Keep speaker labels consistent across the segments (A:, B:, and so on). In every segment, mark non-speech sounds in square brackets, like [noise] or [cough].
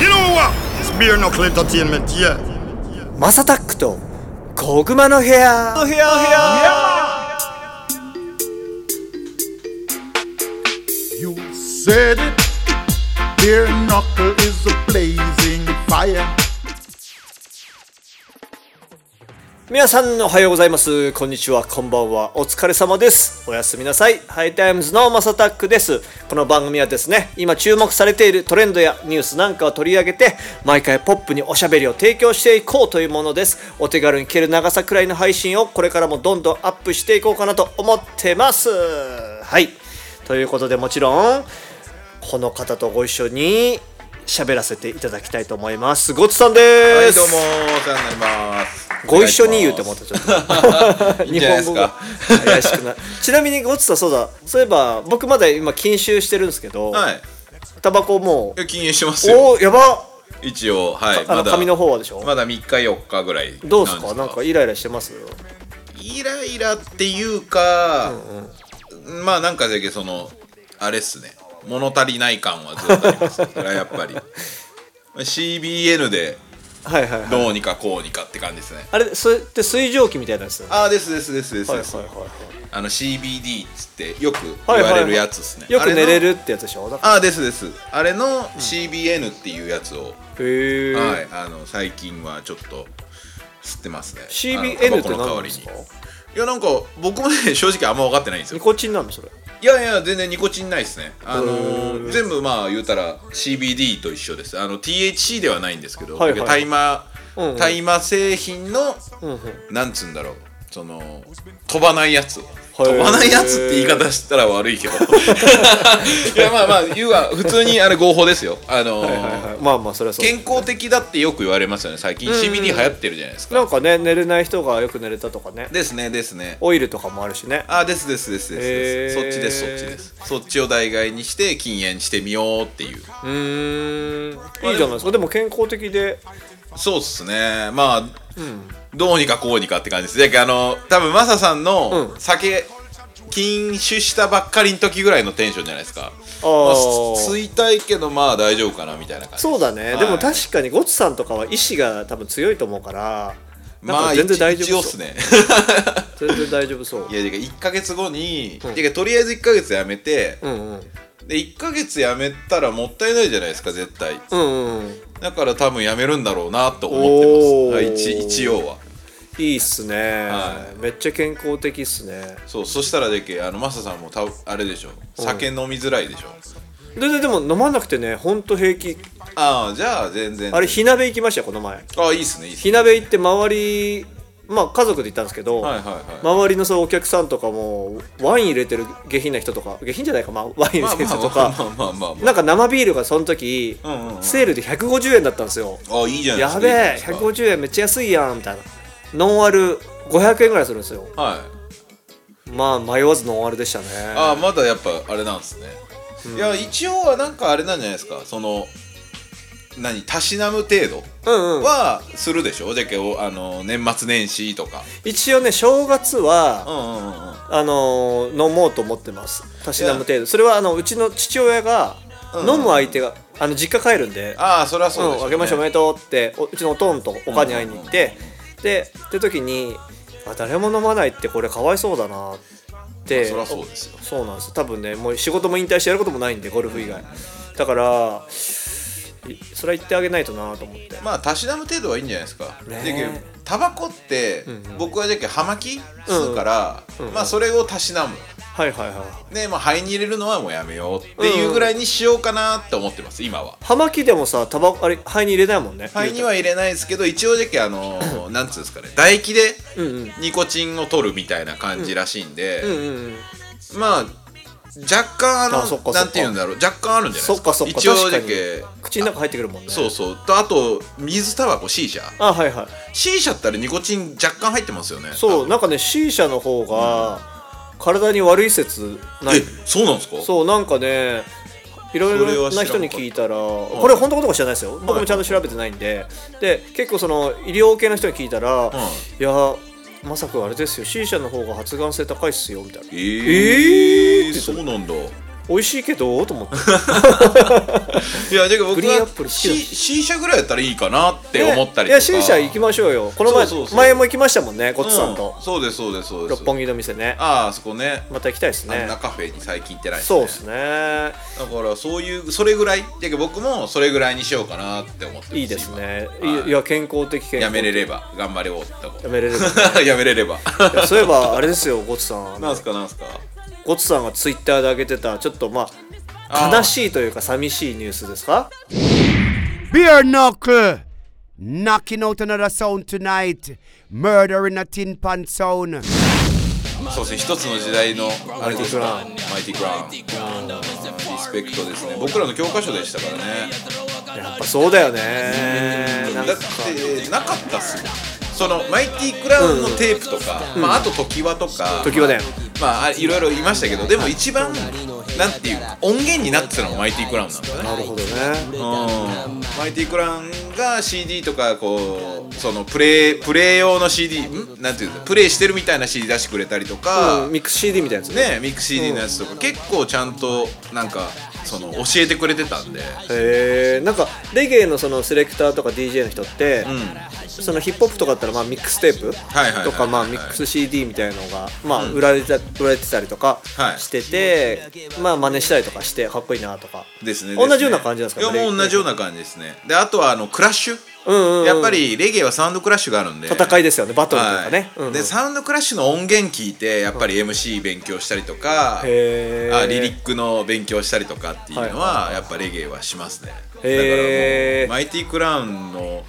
A: You know what? It's beer knuckle entertainment, yeah.
B: マサタックと小熊の部屋の部屋部屋
C: You said it. Beer knuckle is a blazing fire.
B: 皆さんおはようございますこんにちはこんばんはお疲れ様ですおやすみなさいハイタイムズのマサタックですこの番組はですね今注目されているトレンドやニュースなんかを取り上げて毎回ポップにおしゃべりを提供していこうというものですお手軽に聞ける長さくらいの配信をこれからもどんどんアップしていこうかなと思ってますはいということでもちろんこの方とご一緒に喋らせていただきたいと思いますごつさん
D: は
B: で
D: い
B: す
D: どうもお世話になります
B: ご一緒に言うて思ったちょっと
D: [laughs] いんじゃないで
B: 日本語
D: すか
B: が怪しくなちなみにごつさんそうだそういえば僕まだ今禁酒してるんですけど、
D: はい
B: タバコも
D: いや禁煙してます
B: う
D: よ
B: おーやば
D: 一応はい
B: あの
D: まだ
B: 髪の方はでしょ、
D: まだ3日4日ぐらい
B: どうすか
D: な
B: なんん
D: です
B: かイライラしてます
D: イライラっていうか、まあなんかだけどそのあれっすね物足りない感はずっとありますねそれはやっぱり CBN で
B: はいはいはい
D: どうにかこうにかって感じですね
B: あれそれって水蒸気みたいなやつ
D: ああですですですです
B: はい
D: で
B: はい
D: す、
B: はいは
D: あの CBD っつってよく
B: い
D: 言
B: はい
D: わ
B: はい
D: れるやつですね、
B: よく寝れ
D: あ
B: るってやつでしょだか
D: のあーですですあれの CBN っていうやつを、
B: らへえ、
D: はいあの最近はちょっと吸ってますねあの
B: CBN っ
D: タ
B: て
D: バコの代
B: 何
D: わ
B: で
D: り
B: す
D: に
B: か
D: いやなんか僕もね正直あんま分かってないんですよ
B: ニコチンなのそれ
D: いやいや全然ニコチンないですねあの
B: へ
D: ー
B: ー
D: 全部まあ言うたら CBD と一緒ですあの THC ではないんですけど、
B: はいはいはい
D: タイマー、
B: うんうん
D: タイマー製品の
B: うんうん
D: なんつうんだろうその飛ばないやつ
B: ー
D: 飛ばないやつって言い方したら悪い
B: [laughs]
D: けどいやまあまあ言うは普通にあれ合法ですよあのー
B: はいはいまあまあそれはそう
D: 健康的だってよく言われますよね最近 CBD 流行ってるじゃないですか
B: なんかね寝れない人がよく寝れたとかね
D: ですねですね
B: オイルとかもあるしね
D: あですですですですです、
B: へー
D: そっちですそっちですそっちを代替にして禁煙してみようっていう
B: うーんいいじゃないですかでも健康的で
D: そうっすねまあ、どうにかこうにかって感じですだけどあの多分マサさんの
B: うん
D: 酒、禁酒したばっかりの時ぐらいのテンションじゃないですか
B: あ
D: まあ
B: ー
D: す吸いたいけどまあ大丈夫かなみたいな感じ
B: そうだね、
D: はい
B: でも確かにゴツさんとかは意志が多分強いと思うからなん
D: まあ
B: か全然大丈
D: 一応
B: 夫
D: っ
B: そ
D: す
B: う、
D: ね
B: 全然大丈夫そう
D: いやだから1か月後に、
B: ん
D: てかとりあえず1か月やめて、
B: うんうん
D: で1か月やめたらもったいないじゃないですか絶対
B: うんうん
D: だから多分やめるんだろうなと思って
B: おー
D: ますはい一一応はい
B: いっすね、
D: は
B: めっちゃ健康的っすね
D: そうそしたらだっけあのマサさんもたあれでしょ酒飲みづらいでしょ、
B: 全然でも飲まなくてねほんと平気
D: ああじゃあ全然
B: あれ火鍋行きましたよこの前
D: あいいっすねいいっすね
B: 火鍋行って周りまあ家族で行ったんですけど、
D: はいはいはい、
B: 周りのそうお客さんとかもワイン入れてる下品な人とか下品じゃないか、まあ、ワイン入れてる人と
D: まあ
B: か
D: まあまあまあまあま
B: なんか生ビールがその時、
D: んうんうん
B: セールで150円だったんですよ
D: ああいいじゃな
B: や
D: いですか
B: べ
D: い
B: え
D: いじゃないです
B: 150円めっちゃ安いやんみたいなノンアル500円ぐらいするんですよ
D: かはい
B: まあ迷わずノンアルでしたね
D: ああまだやっぱあれなんですね、いや一応はなんかあれなんじゃないですかその何たしなむ程度
B: うんうん
D: はするでしょ、じゃけおあの年末年始とか
B: 一応ね正月
D: う
B: は、
D: んうんうんうん
B: あのー飲もうと思ってますたしなむ程度それはあのうちの父親が、
D: うん
B: 飲む相手があの実家帰るんで
D: ああそりゃそうでしょ、ね
B: ん、あけましておめでとうっておうちのおとんとおかんに会いに行って、でって時にあ誰も飲まないってこれかわいそうだなって
D: そりゃそうですよ
B: そうなんです多分ねもう仕事も引退してやることもないんでゴルフ以外だからいそれは言ってあげないとなと思って
D: まあたしなむ程度はいいんじゃないですか。
B: ね
D: だけどタバコって、
B: うん
D: 僕はじゃけ葉巻吸うから、
B: うんうん
D: まあそれをたしなむ。
B: はいはいはい
D: でまあ肺に入れるのはもうやめようっていうぐらいにしようかなって思ってます今は。
B: 葉巻でもさタバコあれ肺に入れないもんね
D: 肺には入れないですけど一応じゃけあの
B: [laughs]
D: ーなんつうんですかね唾液で
B: うんうん
D: ニコチンを取るみたいな感じらしいんで、
B: うんうんうん
D: まあ若干あの
B: あそっかそっか
D: なんていうんだろう若干あるんじゃないですか。
B: そっかそっか
D: 一応
B: 確
D: じ
B: か
D: ゃ
B: に
D: け
B: 口の中入ってくるもんね
D: そうそうとあと水タバコ C 社
B: あはいはい
D: C 社ってあれニコチン若干入ってますよね。
B: そうなんかね C 社の方が体に悪い説ない
D: えそうなんですか
B: そうなんかねいろいろな人に聞いたら
D: った
B: これ本当のことか知らないですよ僕もちゃんと調べてないんでで結構その医療系の人に聞いたら「いやまさかあれですよ C 社の方が発がん性高いっすよ」みたいな
D: えー、
B: えー
D: そうなんだ
B: 美味しいけどと思って
D: いやだけど僕
B: グリーンア
D: は
B: ップル好きだ
D: C, C 社ぐらいやったらいいかなって [laughs] 思ったりとか、
B: ねいや C 社行きましょうよこの前
D: そうそうそう
B: 前も行きましたもんねコ
D: う
B: ツ
D: ん
B: さんと、
D: そうですそうですそうです
B: 六本木の店ね
D: ああそこね
B: また行きたいです
D: あん
B: ね
D: なカフェに最近行ってない
B: そうですね
D: だからそういうそれぐらいだけど僕もそれぐらいにしようかなって思ってます
B: いいですね
D: 今はい
B: いいや健康的健康
D: やめれれば頑張れよって思う
B: やめれれば
D: [laughs] やめれれば
B: いやそういえばあれですよゴツさ
D: [laughs]
B: んあの
D: なんすかなんすか
B: ゴツさんがツイッターで上げてたちょっとま
D: あ
B: あ
D: ー
B: 悲しいというか寂しいニュースですか
E: Beer knuckle. Knocking out another sound tonight. Murdering a tin pan sound.
D: そうですね一つの時代のあれですか
B: マ
D: マイティグラウンリスペクトですね僕らの教科書でしたからね
B: やっぱそうだよねなん
D: だ
B: か
D: ってなかったっすよそのマイティクラウンのテープとか、まあ、あと常盤とか
B: 時はね
D: まあいろいろいましたけどでも一番なんていうか音源になってたのがマイティクラウンなんだよね
B: なるほどね
D: うんマイティクラウンが CD とかこうそのプレイプレイ用の CD んなんていうんだプレイしてるみたいな CD 出してくれたりとか、
B: うんミックス CD みたいなやつね
D: ねミックス CD のやつとか、結構ちゃんとなんかその教えてくれてたんで、
B: へえんかレゲエのそのセレクターとか DJ の人って、
D: うん、
B: そのヒップホップとかだったらまあミックステープ
D: はいはい
B: とかまあミックス CD みたいなのがまあ売られてた売られてたりとか
D: はい
B: してて、まあ真似したりとかしてかっこいいなとか
D: ですね
B: 同じ
D: ですね
B: ような感じなんですか
D: いやもう同じよう
B: な
D: な感じですねであとはあのクラッシュ、
B: んうん
D: やっぱりレゲエはサウンドクラッシュがあるんで
B: 戦い
D: で
B: ですよねバトルとかね、うんうん
D: でサウンドクラッシュの音源聞いてやっぱり MC 勉強したりとか、
B: へー
D: あリリックの勉強したりとかっていうのはやっぱレゲエはしますね
B: へー
D: だからもうマイティクラウンの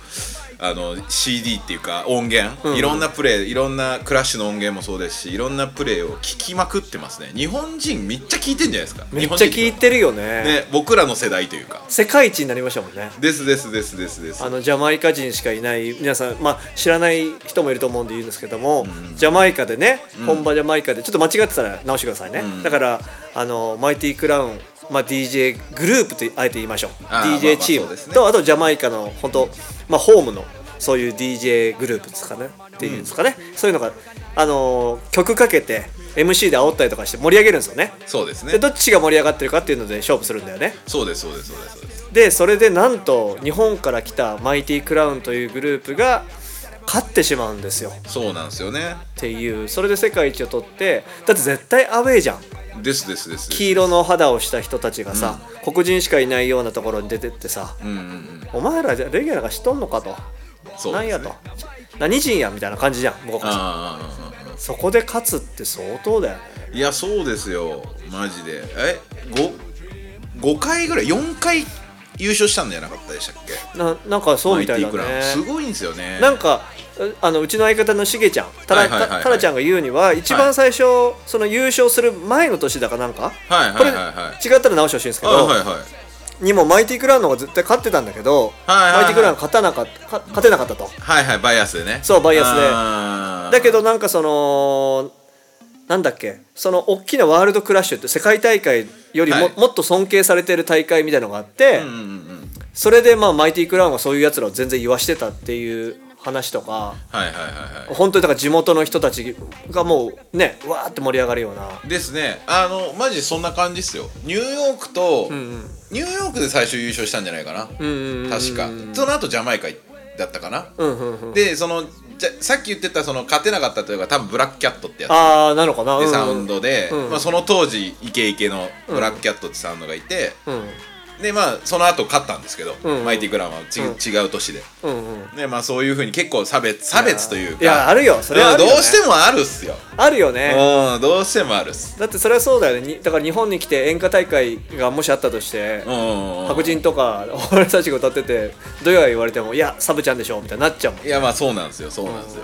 D: あの CD っていうか音源、いろんなプレイいろんなクラッシュの音源もそうですしいろんなプレイを聞きまくってますね日本人めっちゃ聞いてんじゃないですか
B: めっちゃ聞いてるよね
D: ね僕らの世代というか
B: 世界一になりましたもんね
D: ですですですですです
B: あのジャマイカ人しかいない皆さん、まあ、知らない人もいると思うんで言うんですけども、ジャマイカでね、本場ジャマイカでちょっと間違ってたら直してくださいね、だからあのマイティクラウン、まあ、DJ グループとあえて言いましょう
D: あー
B: DJ チーム、
D: まあまあそうですね
B: とあとジャマイカの本当、まあ、ホームのそういう DJ グループですかねっていうんですかね、そういうのが、あのー曲かけて MC で煽ったりとかして盛り上げるんですよね
D: そうですね
B: でどっちが盛り上がってるかっていうので勝負するんだよね
D: そうですそうですそうですそうです
B: でそれでなんと日本から来たマイティクラウンというグループが勝ってしまうんですよっ
D: そうなんですよね
B: ていうそれで世界一を取ってだって絶対アウェーじゃん
D: ですですですです
B: 黄色の肌をした人たちがさ、黒人しかいないようなところに出てってさ、
D: うんうんうん
B: お前らレギュラーが知っとんのかと、
D: そう
B: なん
D: です
B: やと何人やみたいな感じじゃん僕は
D: あああああ
B: そこで勝つって相当だよね
D: あいやそうですよマジでえ五5回ぐらい4回優勝したんじゃなかったでしたっけ
B: ななんかそうみたいだね
D: マイティクラウンすごいんですよね
B: なんかうあのうちの相方のしげちゃんた
D: は
B: ら
D: いはいはいはい
B: たたらちゃんが言うには一番最初、その優勝する前の年だかなんか、
D: はいはいはいはい
B: これ違ったら直してほしいんですけ
D: あ
B: ど、
D: はいはい
B: にもマイティクラウンの方が絶対勝ってたんだけど、
D: はいはいは
B: マ
D: い
B: イティクラウンが勝たなかったか勝てなかったと
D: はいはいバイアスでね
B: そうバイアスで
D: で
B: だけどなんかそのなんだっけその大きなワールドクラッシュって世界大会よりも,、
D: はい
B: もっと尊敬されてる大会みたいのがあって、
D: うんうんうん
B: それでまあマイティクラウンはそういうやつらを全然言わしてたっていう話とか
D: はいはいはいはい
B: 本当にだから地元の人たちがもうねわーって盛り上がるような
D: ですねあのマジそんな感じっすよニューヨークと、ニューヨークで最初優勝したんじゃないかな、確かその後ジャマイカだったかな、でそのじゃさっき言ってたその勝てなかったというか多分ブラックキャットってやつ
B: あーなのかな
D: で
B: うん
D: サウンドで、
B: うん
D: まあ、その当時イケイケのブラックキャットってサウンドがいて、
B: うん
D: でまあその後勝ったんですけど、
B: うん
D: マイティクラウンはち、違う年で、
B: うんうん
D: ねまあ、そういうふうに結構差別差別というか
B: いやあるよそれはあるよ、
D: うん
B: ね、
D: どうしてもあるっすよ、
B: あるよね
D: うんどうしてもあるっす、
B: だってそれはそうだよねにだから日本に来て演歌大会がもしあったとして
D: うんうんうん、
B: 白人とか俺たちが歌っててどうや言われても「いやサブちゃんでしょ」みたいになっちゃうもん
D: いやまあそうなんですよそうなんですよ、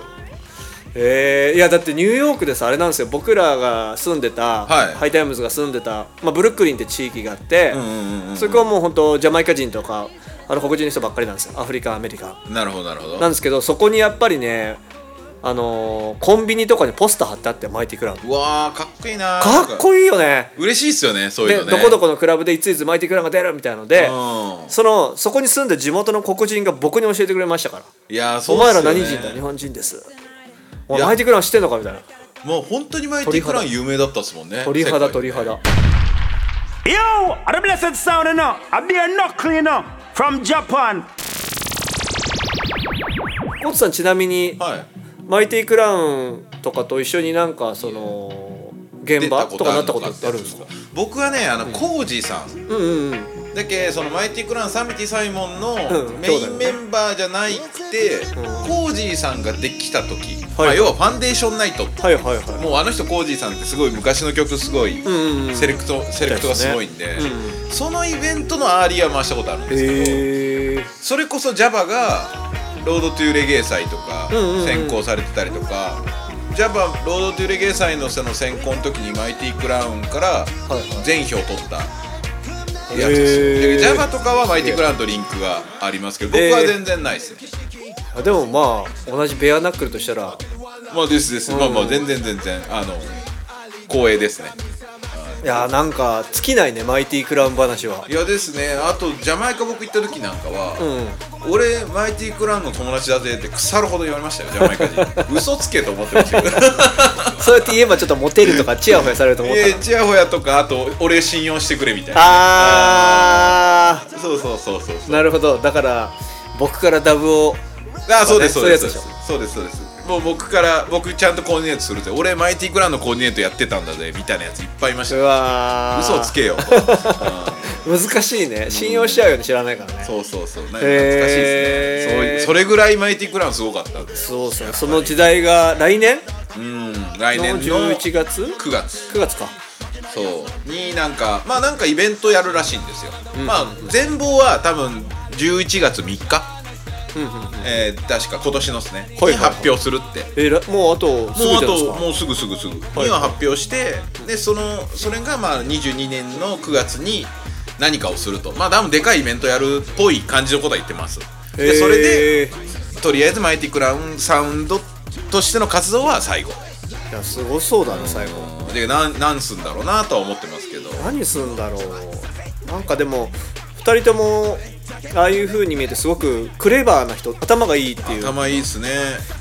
B: えー、いやだってニューヨークでさあれなんですよ僕らが住んでた、
D: はい
B: ハイタイムズが住んでた、まあ、ブルックリンって地域があって、
D: うんうんうん
B: そこはもう本当ジャマイカ人とかあの黒人の人ばっかりなんですよアフリカンアメリカン
D: うんなるほどなるほど
B: なんですけどそこにやっぱりねあのーコンビニとかにポスター貼ってあってマイティクラウン
D: うわーかっこいいな
B: かっこいいよね
D: い嬉しいっすよねそうい
B: で
D: うの
B: ど
D: ね
B: こどこのクラブでいついつマイティクラウンが出るみたいので
D: うん
B: そのそこに住んでる地元の黒人が僕に教えてくれましたから
D: いやー
B: お
D: そうっす
B: 前
D: よ
B: ら
D: ね
B: 何人だ日本人ですお
D: い
B: 前
D: や
B: マイティクラウン知ってんのかみたいな
D: もう本当にマイティクラウン有名だったっすもんね
B: 鳥肌
D: 世界
B: 鳥
D: で
B: 肌
F: Yo, are the blessed sound you know? A bare knuckle you know? From Japan.
B: コツさんちなみに、
D: はい
B: マイティクラウンとかと一緒になんかその現場とかなったことってあるんですか
D: 僕はねあのコージさん、
B: うんうんうん
D: だけそのマイティクラウンサミティサイモンの
B: ん
D: メイ
B: そう
D: ン
B: だ
D: メンバーじゃないくて、コージーさんができた時、
B: はい
D: まあ、要はファンデーションナイトって
B: はいはいはい
D: もうあの人コージーさんってすごい昔の曲すごい
B: んうんうん
D: セレクトセレクトがすごいんで、そのイベントのアーリーは回したことあるんですけど、
B: へえ
D: それこそ JAVA が「ロードトゥーレゲエ祭」とか
B: んうんうん
D: 選考されてたりとか JAVA ロードトゥーレゲエ祭のその選考の時にマイティクラウンから
B: い
D: 全票取った。やつで
B: へー
D: すよだから JAVA とかはマイティクラウンとリンクがありますけど僕
B: へー
D: は全然ないですね、
B: あでもまあ同じベアナックルとしたら
D: まあですです、まあまあ全然全然あの光栄ですね
B: いやーなんか尽きないねマイティクラウン話はい
D: やですねあとジャマイカ僕行った時なんか
B: うん
D: は、俺マイティクラウンの友達だぜって腐るほど言われましたよジャマイカ
B: [laughs]
D: 人嘘つけと思ってましたけど
B: そうやって言えばちょっとモテるとかチヤホヤされると思った
D: え
B: ら
D: ー、ちやほやとかあと俺信用してくれみたいな
B: あ
D: そうそうそうそう
B: ー
D: そう
B: なるほどだから僕からダブを
D: あそうです
B: そ
D: そうう
B: ね
D: ですそうですそうですそうですもう僕から僕ちゃんとコーディネートするぜ俺マイティクラウンのコーディネートやってたんだぜみたいなやついっぱいいまし
B: う
D: たよ
B: わー
D: 嘘つ
B: [laughs]
D: けようん
B: 難しいね信用しちゃうように知らないからね
D: そうそうそうなんか懐かしい
B: へー
D: ですね、そういうそれぐらいマイティクラウンすごかったんです
B: そうそうその時代が来年
D: うん来
B: の
D: 年の
B: 11
D: 9
B: 月
D: 月
B: 9月か
D: そうになんかまあなんかイベントやるらしいんですよ、まあ全貌は多分11月3日、えー確か今年のですね、
B: はいはいはい
D: に発表するって
B: えーらもうあとすぐ
D: もうあ
B: じゃないです
D: と
B: か
D: もうすぐすぐすぐに
B: はい
D: は発表してでそのそれがまあ22年の9月に何かをするとまあ多分でかいイベントやるっぽい感じのことは言ってます
B: へ
D: で
B: ー
D: それでとりあえずマイティクラウンサウンドとしての活動は最後
B: いやすごそうだね最後
D: でなんなんすんだろうなとは思ってますけど
B: 何すんだろうなんかでも2人ともああいう風に見えてすごくクレバーな人頭がいいっていう
D: 頭いいっすね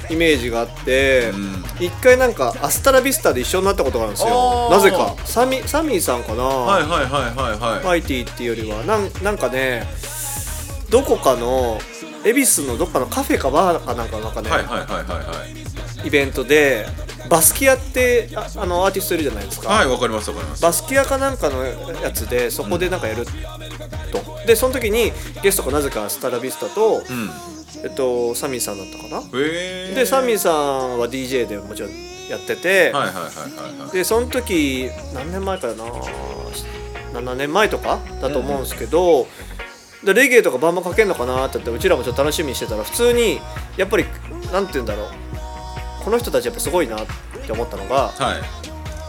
B: イメージがあって
D: ん
B: 一、回なんかアスタラビスタで一緒になったことがあるんですよ
D: あー
B: なぜかサミサミーさんかな、
D: はいはいはいはいは
B: マイティっていうよりはなんなんかねどこかの恵比寿のどっかのカフェかバーかなんかなんかね、
D: いはいはいはいはいはい
B: イベントでバスキアってああのアーティストいるじゃないですか、
D: はいわかりますわかります
B: バスキアかなんかのやつでそこでなんかやるとでその時にゲストがなぜかスタラビスタと、
D: うん
B: えっと、サミーさんだったかな
D: へえ
B: でサミーさんは DJ でもちろんやってて、
D: はいはいはいはいはい
B: でその時何年前かな7年前とかだと思うんですけど、でレゲエとかバンバンかけんのかなって言ってうちらもちょっと楽しみにしてたら普通にやっぱりなんて言うんだろうこの人たちやっぱすごいなって思ったのが
D: は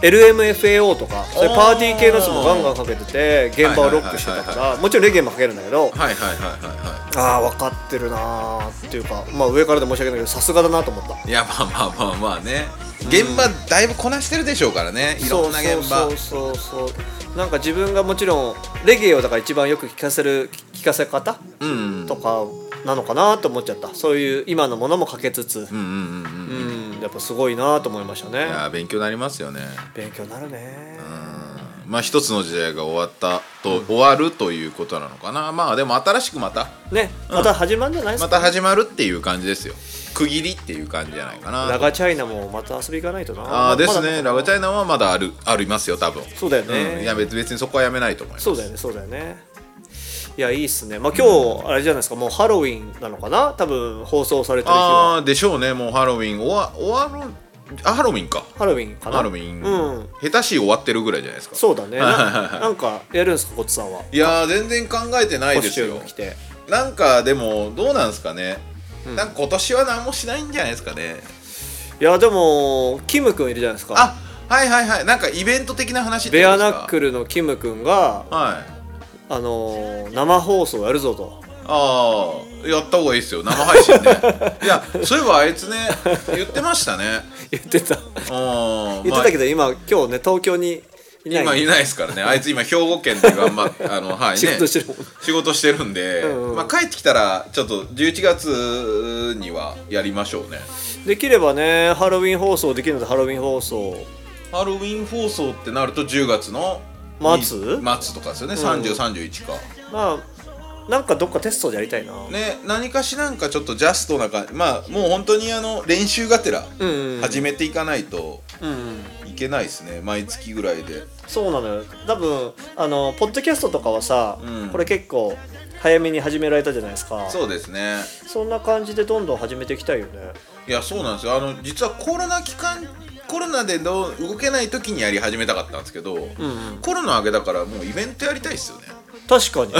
D: い
B: LMFAO とかそういう
D: おー
B: パーティー系のやつもガンガンかけてて現場をロックしてた
D: はいはい
B: か
D: はい
B: らもちろんレゲエもかけるんだけど
D: はいはいはいはいはい
B: ああ分かってるなーっていうかまあ上からで申し訳ないけどさすがだなと思った。
D: いやまあまあまあまあね現場だいぶこなしてるでしょうからねいろんな現場
B: そうそうそうそうなんか自分がもちろんレゲエをだから一番よく聞かせる聞かせ方
D: うん
B: とかなのかなと思っちゃったそういう今のものもかけつつ
D: うんうんうんうん
B: う
D: い
B: ん、やっぱすごいなと思いましたね
D: や勉強になりますよね
B: 勉強になるね
D: まあ一つの時代が終わったと、終わるということなのかなまあでも新しくまた
B: ねまた始まるんじゃないです
D: ま
B: か、
D: た始まるっていう感じですよ区切りっていう感じじゃないかな
B: ラガチャイナもまた遊び行かないとな
D: ああですね、ラブチ
B: イ
D: ャイナはまだあるありますよ多分
B: そうだよね、
D: うん、いや別別にそこはやめないと思います
B: そうだよねそうだよねいやいいっすねまあ今日あれじゃないですかもうハロウィンなのかな多分放送されてる日は
D: ああでしょうねもうハロウィン終わ終わるあハロウィンか
B: ハロウィンかな
D: ハロウィン、
B: うん
D: 下手し終わってるぐらいじゃないですか
B: そうだね。
D: はいはい
B: ななんかやるんですか、こっちさんは。
D: いやー全然考えてない
B: コ
D: で
B: ス
D: す
B: チュ
D: よ
B: ーム着て。
D: なんかでもどうなんですかね、なんか今年は何もしないんじゃないですかね
B: いや、でも、キム君いるじゃないですか。
D: あはいはいはいなんかイベント的な話って
B: ベ
D: こと
B: ア
D: です
B: ナ
D: か
B: ックルのキム君が、
D: はい
B: あのー生放送やるぞと。
D: ああやった方がいいですよ生配
B: [laughs]
D: 信ねいやそういえばあいつね言ってまし
B: [laughs]
D: たね
B: 言ってた。
D: うん
B: 言ってたけど、今、今日ね、東京にいない。
D: 今いないですからねあいつ今兵庫県で頑張
B: [laughs]
D: ってあのはいね
B: 仕事してるもん
D: 仕事してるんで、
B: んうん
D: まあ、帰ってきたらちょっと11月にはやりましょうね
B: できればね、ハロウィン放送できるので、ハロウィン放送。
D: ハロウィン放送ってなると10月の
B: 松
D: 松とかですよね3031か、
B: まあなんかどっかテストでやりたいな、
D: ね何かしなんかちょっとジャストな感じまあもう本当にあの練習がてら始めていかないといけないですね、毎月ぐらいで
B: そうなのよ多分あのポッドキャストとかはさ、これ結構早めに始められたじゃないですか
D: そうですね
B: そんな感じでどんどん始めていきたいよね
D: いやそうなんですよあの実はコロナ期間コロナでどう動けない時にやり始めたかったんですけど、コロナ明けだからもうイベントやりたいですよね
B: 確かに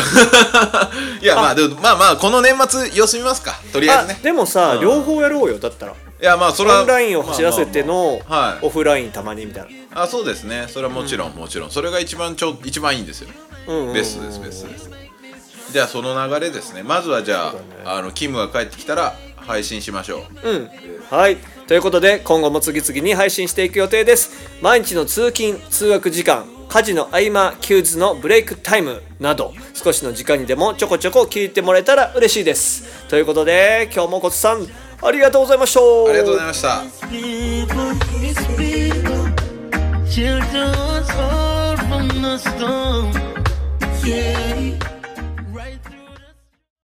D: いやまあでもまあまあこの年末様子見ますかとりあえ
B: あ
D: ずね
B: でもさ、
D: うん
B: 両方やろうよだったら
D: いやまあそれは
B: オンラインを走らせての、
D: まあまあまあはい
B: オフラインたまにみたいな
D: あそうですねそれはもちろん、もちろんそれが一番ちょ一番いいんですよ、
B: んうん
D: ベストですベストですじゃあその流れですねまずはじゃあ,、あのキムが帰ってきたら配信しましょう、
B: うんはいということで今後も次々に配信していく予定です毎日の通勤通学時間家事の合間休日のブレイクタイムなど少しの時間にでもちょこちょこ聞いてもらえたら嬉しいですということで今日もコツさんありがとうございました
D: ありがとうございました
G: people, these people, children's all from the storm. Yeah.